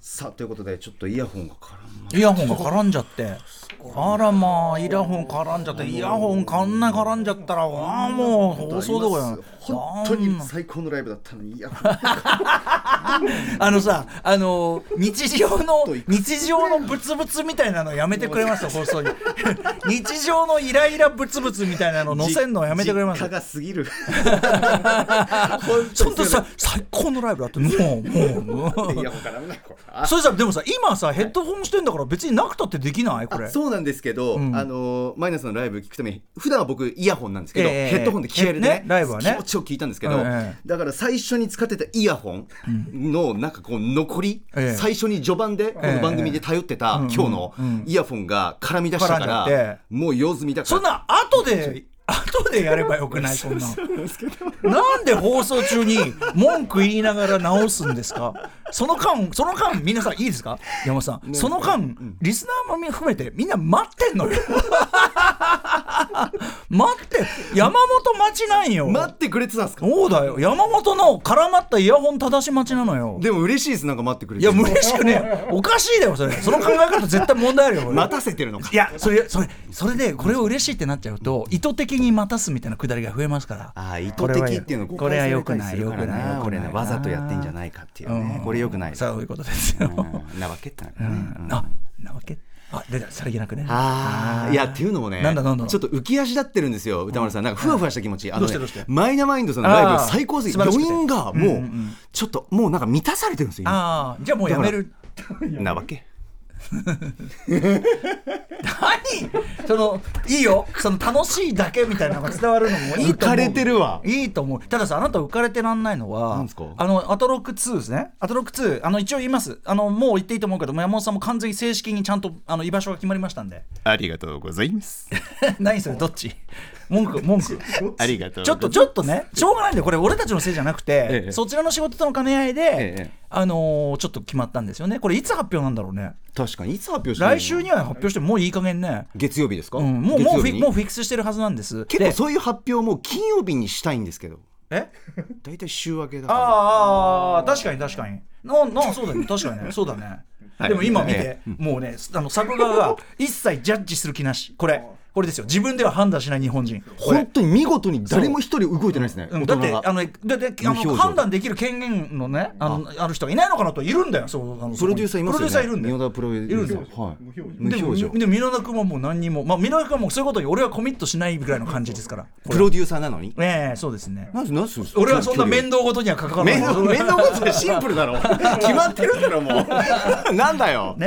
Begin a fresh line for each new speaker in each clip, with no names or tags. さあということでちょっとイヤホンが絡ん
イヤホンが絡んじゃってあらまあイヤホン絡んじゃってイヤホンかんな絡んじゃったらああもう放送どころや
本当に最高のライブだったのにイヤホン
あのさあの日常の日常のブツブツみたいなのやめてくれますよ放 送に日常のイライラブツブツみたいなの載せんのやめてくれます
実家が過ぎる
ちょっとさ最高のライブだってもうもうも う
イヤホン絡むなこれ あ
それさでもさ今さヘッドホンしてんだから別になくたってできないこれ
そうなんですけど、あのマイナスのライブ聞くために普段は僕イヤホンなんですけど、
ええ
ヘッドホンで聞けるね
ねライブはね
気持ちを聞いたんですけど、
ええ
だから最初に使ってたイヤホンのなんかこう残り、
ええ
最初に序盤でこの番組で頼ってた今日のイヤホンが絡み出したか
絡んじゃっ
ら
て、
もう用済みだから
そんな後で後でやればよくないそんななんで放送中に文句言いながら直すんですかその間その間皆さんいいですか山本さんその間リスナーも含めてみんな待ってんのよ 待って山本待ちなんよ
待ってくれてたんですか
そうだよ山本の絡まったイヤホン正し待ちなのよ
でも嬉しいですなんか待ってくれ
い
て
や嬉しくねえおかしいだよそれその考え方絶対問題あるよこれ
待たせてるのか
いやそれそれそれでこれを嬉しいってなっちゃうと意図的に待たすみたいなくだりが増えますから
ああ意図的っていうの
これはよくないよくないよく
こ
ない
れねわざとやってんじゃないかっていうね、
うん
これよくないです
そういうことですよ、
うんなわけってなるね、うん
あなわけあ出たさりげなくね
あーいやっていうのもね
なんだなんだ
ちょっと浮き足立ってるんですよ歌丸さんなんかふわふわした気持ち、あのね
どうしてどうして
マイナマインドさんのライ
あ
ブ
ー
最高すぎ
素晴らしく
余
て
韻がもう、ちょっともうなんか満たされてるんですよ今
あーじゃあもうやめる
なわけ
何そのいいよその楽しいだけみたいなのが伝わるのもいいと思う
浮かれてるわ
いいと思うたださあなた浮かれてらんないのは
なんですか
あのアトロック2ですねアトロック2あの一応言いますあのもう言っていいと思うけども山本さんも完全に正式にちゃんとあの居場所が決まりましたんで
ありがとうございます。
何それどっち文句文 句
ありがとう
ちょっとちょっとねしょうがないんだよこれ俺たちのせいじゃなくて、
ええ
そちらの仕事との兼ね合いで、
ええ
あのーちょっと決まったんですよねこれいつ発表なんだろうね
確かにいつ発表して
来週には発表してももういい加減ね、
月曜日ですか、
うん、もうもうフ
月曜日
ィ
に
もうフィックスしてるはずなんです
結構
で
そういう発表も金曜日にしたいんですけど
え
大体週明けだから
あーあー確かに確かにななそうだね確かにねそうだね、
はい
でも今見て
え、
もうねあの作画が一切ジャッジする気なしこれこれですよ自分では判断しない日本人これ
本当に見事に誰も一人動いてないですね
うん
大
だ
人
って
が
あのだって
無
あ
表情
の
で
判断できる権限のねあのある人がいないのかなといるんだよそうあの
プロデューサーいますよね
プロデューサーいるんだよ
宮田プロデューサーはい無
でも
表情
でも皆田君はもう何にもまあ皆田君はもうそういうことに俺はコミットしないぐらいの感じですからこ
プロデューサーなのに
れええそうですね
なんすなんす
俺はそんな面倒事には関わらない
面倒面倒ことでシンプルだろ決まってるんだろもうなんだよ
ね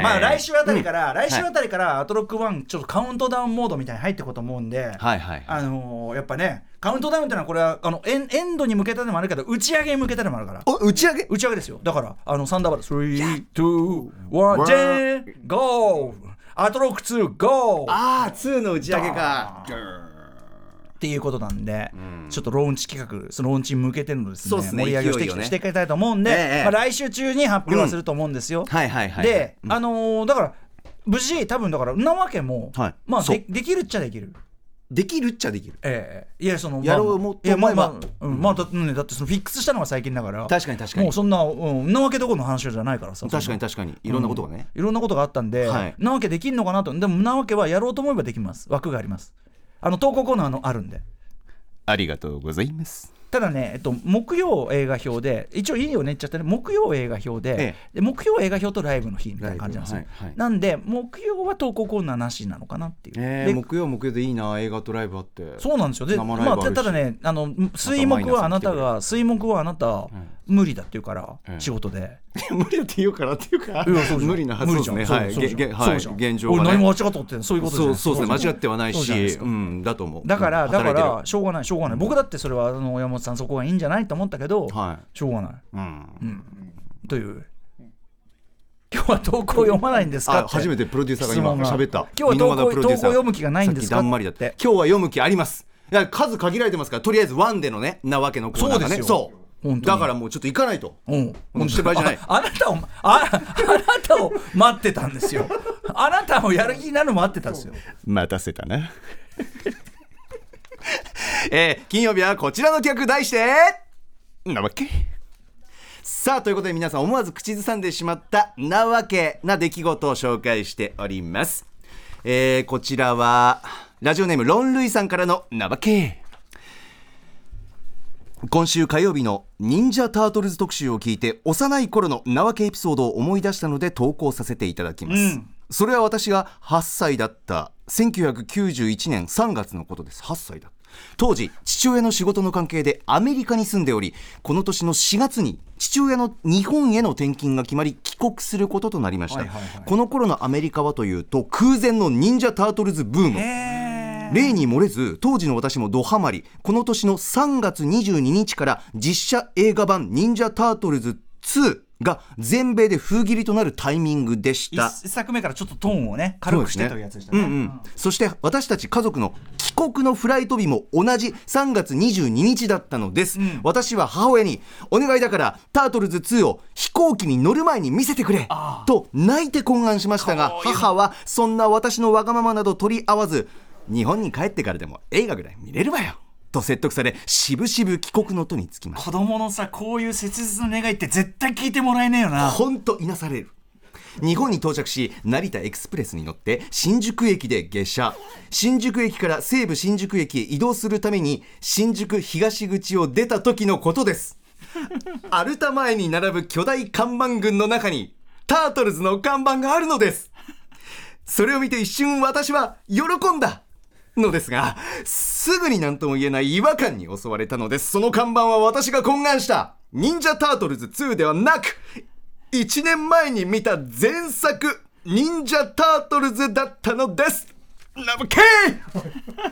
はい
まあ来週あたりから、来週あたりからアトロック1ちょっとカウントダウンモードみたいに入っていこうと思うんで、
はいはい
あのーやっぱねカウントダウンってのはこれはあのエンエンドに向けたでもあるけど打ち上げに向けたでもあるから
お打ち上げ
打ち上げですよだからあのサンダーバード321ジェーンゴーアトロック2ゴー
ああ2の打ち上げか
っていうことなんで、ちょっとローンチ企画そのローンチに向けてのですね
そうっすね
盛り上げをして
勢い
いき
をね
していきたいと思うんで、
ええええ
まあ、来週中に発表はすると思うんですよ、
はいはいはい
で、あのーだから無事多分だからんなわけも、
はい
まあ
そう
でできるっちゃできる。
できるっちゃできる
ええいやその
やろう
まあ
思って
いやまあま
思
あ、うん、まあだってねだってそのフィックスしたのが最近だから
確かに確かに
もうそんな、うん、んなわけどころの話じゃないからさ
確かに
そんな
確かにいろんなことがね
いろんなことがあったんで、
はい
んなわけできんのかなとでもんなわけはやろうと思えばできます枠がありますあの投稿コーナーのあるんで
ありがとうございます。
ただね、えっと、木曜映画表で一応いいよね言っちゃってね木曜映画表で,、
え
で木曜映画表とライブの日みたいな感じなんですよ、
ライブはいはい
なんで木曜は投稿コーナーなしなのかなっていう、
え
で
ー木曜木曜でいいな映画とライブあって
そうなんですよで、
生ライブ
ま
あ
あ、
るした
ただねあの水木はあなたが水木はあなた無理だって言うから、
ん
仕事で
無理だって言うからっていうか
いやそうじゃん
無理なはず
無
です
理じゃん
ね
そう
はい
そうじゃん
げげはい
そうじゃん
現状が
俺
ね
何も間違ったことってそういうことじゃ
そ
な
う
い
そうですね間違ってはない
そう
し
じゃですか
うんだと思う
だから、
うん
だか
働いてる
らしょうがないしょうがない僕だってそれはあの山本さんそこがいいんじゃないと思ったけど、
は
しょうがない
いうん
という今日は投稿読まないんですか
あ
って
初めてプロデューサーが今
質問が
喋った
今日は
箕
投稿
輪田プロデューサー
投稿読む気がないんです
さ
か
っきだんまりだっ
って
て今日は読む気ありますいや数限られてますからとりあえずワンでのねなわけのコーナーがね
そうですよ
そう
本当に
だからもうちょっと行かないと
うん、
もうしてる場合じゃない
ああなたをああなたを待ってたんですよあなたをやる気になるの待ってたんですよ
待たせた な。
えー金曜日はこちらの企画題して
なわけ。
「さあということで皆さん思わず口ずさんでしまったなわけな出来事を紹介しております、えーこちらはラジオネームロンルイさんからのなわけ今週火曜日の忍者タートルズ特集を聞いて幼い頃のなわけエピソードを思い出したので投稿させていただきます、
うん
それは私が8歳だった1991年3月のことです8歳だ当時父親の仕事の関係でアメリカに住んでおりこの年の4月に父親の日本への転勤が決まり帰国することとなりました、
はいはいはい
この頃のアメリカはというと空前の忍者タートルズブーム
え
例に漏れず当時の私もドハマりこの年の3月22日から実写映画版「忍者タートルズ2」が全米で封切りとなるタイミングでし
一
た
一作目からちょっとトーンをね軽くしてというやつでしたね
うんうん、そして私たち家族の帰国のフライト日も同じ3月22日だったのです、
ん
私は母親に「お願いだからタートルズ2を飛行機に乗る前に見せてくれ
あ」ー
と泣いて懇願しましたが
かわいい
母はそんな私のわがままなど取り合わず「日本に帰ってからでも映画ぐらい見れるわよ」と説得され渋々帰国の途につきました
子供のさこういう切実な願いって絶対聞いてもらえねえよな
ほんといなされる日本に到着し成田エクスプレスに乗って新宿駅で下車新宿駅から西武新宿駅へ移動するために新宿東口を出た時のことですアルタ前に並ぶ巨大看板群の中にタートルズの看板があるのですそれを見て一瞬私は喜んだのですがすぐに何とも言えない違和感に襲われたのですその看板は私が懇願した「忍者タートルズ2」ではなく1年前に見た前作「忍者タートルズ」だったのですラブケ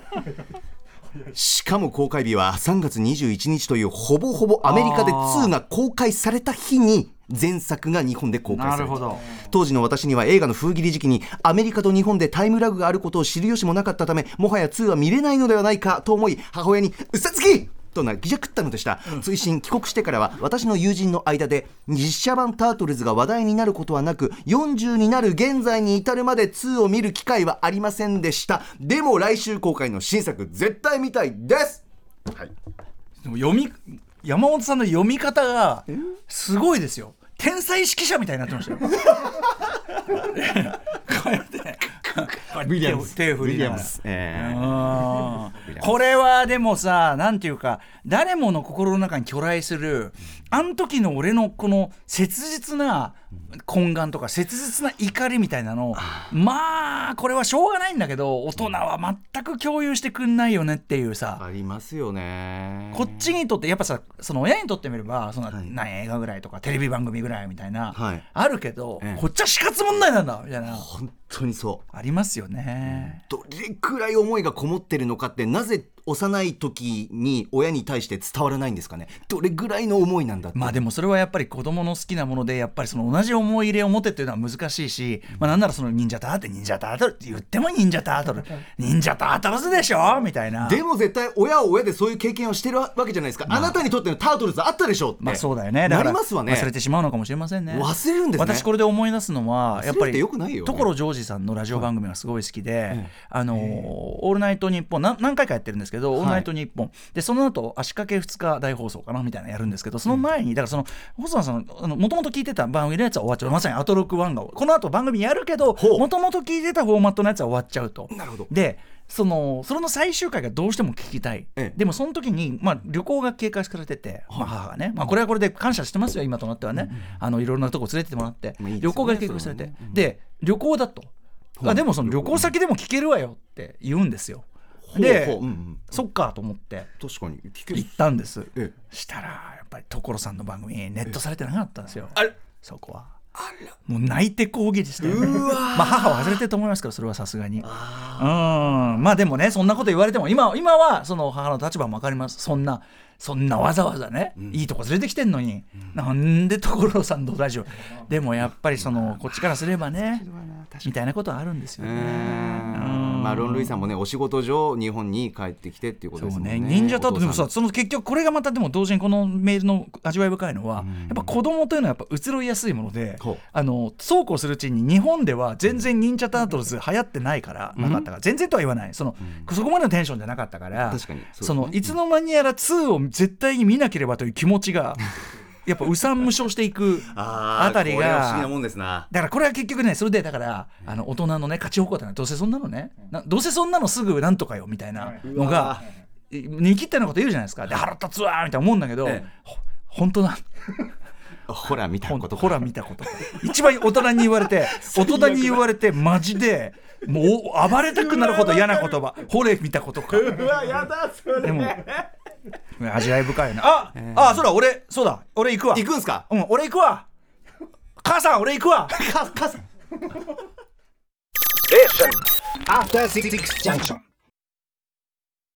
イしかも公開日は3月21日というほぼほぼアメリカで2が公開された日に前作が日本で公開
な
され
る
た
ほど
当時の私には映画の封切り時期にアメリカと日本でタイムラグがあることを知る由もなかったためもはや2は見れないのではないかと思い母親に「うっさつき!」と泣きじゃくったのでした、追伸帰国してからは私の友人の間で実写版「タートルズ」が話題になることはなく40になる現在に至るまで2を見る機会はありませんでしたでも来週公開の新作絶対見たいです
でも読み山本さんの読み方がすごいですよ天才指揮者みたいになってましたよ こうやって
ウィリアムス
手を手を振りな
ウィリア
がら
ムスええ
うんこれはでもさなんていうか誰もの心の中に巨来するあの時の俺のこの切実な懇願とか切実な怒りみたいなのをまあこれはしょうがないんだけど大人は全く共有してくんないよねっていうさ、
ありますよね
こっちにとってやっぱさその親にとってみればそんな、
はい
なん映画ぐらいとかテレビ番組ぐらいみたいな、
はい
あるけど、
ええ
こっちは死活問題なんだみたいな
本当にそう
ありますよね。
どれくらい思いがこもってるのかってなぜ幼い時に親に対して伝わらないんですかねどれぐらいの思いなんだって、
まあでもそれはやっぱり子供の好きなものでやっぱりその同じ思い入れを持てっていうのは難しいし、まあなんならその忍者タートル忍者タートルって言っても忍者タートル忍者タートルズでしょみたいな
でも絶対親は親でそういう経験をしてるわけじゃないですか、あ、なたにとってのタートルズあったでしょうって、
まあそうだよねだから
なりますわね
忘れてしまうのかもしれませんね
忘れるんですね
私これで思い出すのはやっぱ
忘れて
り
よくないよ
所ジョージさんのラジオ番組がすごい好きで「あのオールナイトニッポン」な何回かやってるんですけど「オールナイトニッポン」でその後足掛け2日大放送かなみたいなのやるんですけどその前にだからその細田さんもともと聞いてた番組のやつは終わっちゃうまさに「アトロック1」がこの後番組やるけど
ほう
もともと聞いてたフォーマットのやつは終わっちゃうと。
なるほど
でそのそれの最終回がどうしても聞きたい、
ええ
でもその時に、まあ、旅行が警戒されてて、まあ、母がね、まあ、これはこれで感謝してますよ今となってはね、あのいろいろなとこ連れてってもらって、
まあいいですよね
旅行が警戒されて
それはね
で旅行だと、
う
あでもその旅行先でも聞けるわよって言うんですよ
ほう
で
ほううんうん
そっかと思って
確かに聞ける
行ったんです
え
したらやっぱり所さんの番組ネットされてなかったんですよ
あれ
そこはもう泣いて抗議して
うわ
まあ母は忘れてると思いますけどそれはさすがにうんまあでもねそんなこと言われても今今はその母の立場も分かりますそんなそんなわざわざね、いいとこ連れてきてんのに、なんで所さんのラジオでもやっぱりそのこっちからすればねみたいなことはあるんですよ
え
ね。
ーまあロン・ルイさんもねお仕事上日本に帰ってきてっていうこと
そ
です
う
もん
ね
ね
忍者タートルでも
お
さ
父
その結局これがまたでも同時にこのメールの味わい深いのは、やっぱ子供というのはやっぱ移ろいやすいもので
ほう
あのそうこうするうちに日本では全然忍者タートルズ流行ってないから、なかったから全然とは言わないその、そこまでのテンションじゃなかったから
確かにそうですね
そのいつの間にやら2を絶対に見なければという気持ちがやっぱうさん無償してい くあたり
これは不思議
が
なもんですな
だからこれは結局ねそれでだからあの大人のね勝ち誇ったのはどうせそんなのねなどうせそんなのすぐなんとかよみたいなの
うわ
が煮切ったようなこと言うじゃないですかで腹立つわーみたいな思うんだけど、
ええ
ほ本当な
ほら見た
ほん
こと
ほら見たこと一番大人に言われ て大人に言われてマジでもうお暴れたくなるほど嫌な言葉ほれ見たことか
うわやだそれ
でも味わい深いなあ、あそうだ俺そうだ俺行くわ
行くんすか
うん俺行くわ母さん俺行くわ
かか
After Six Junction.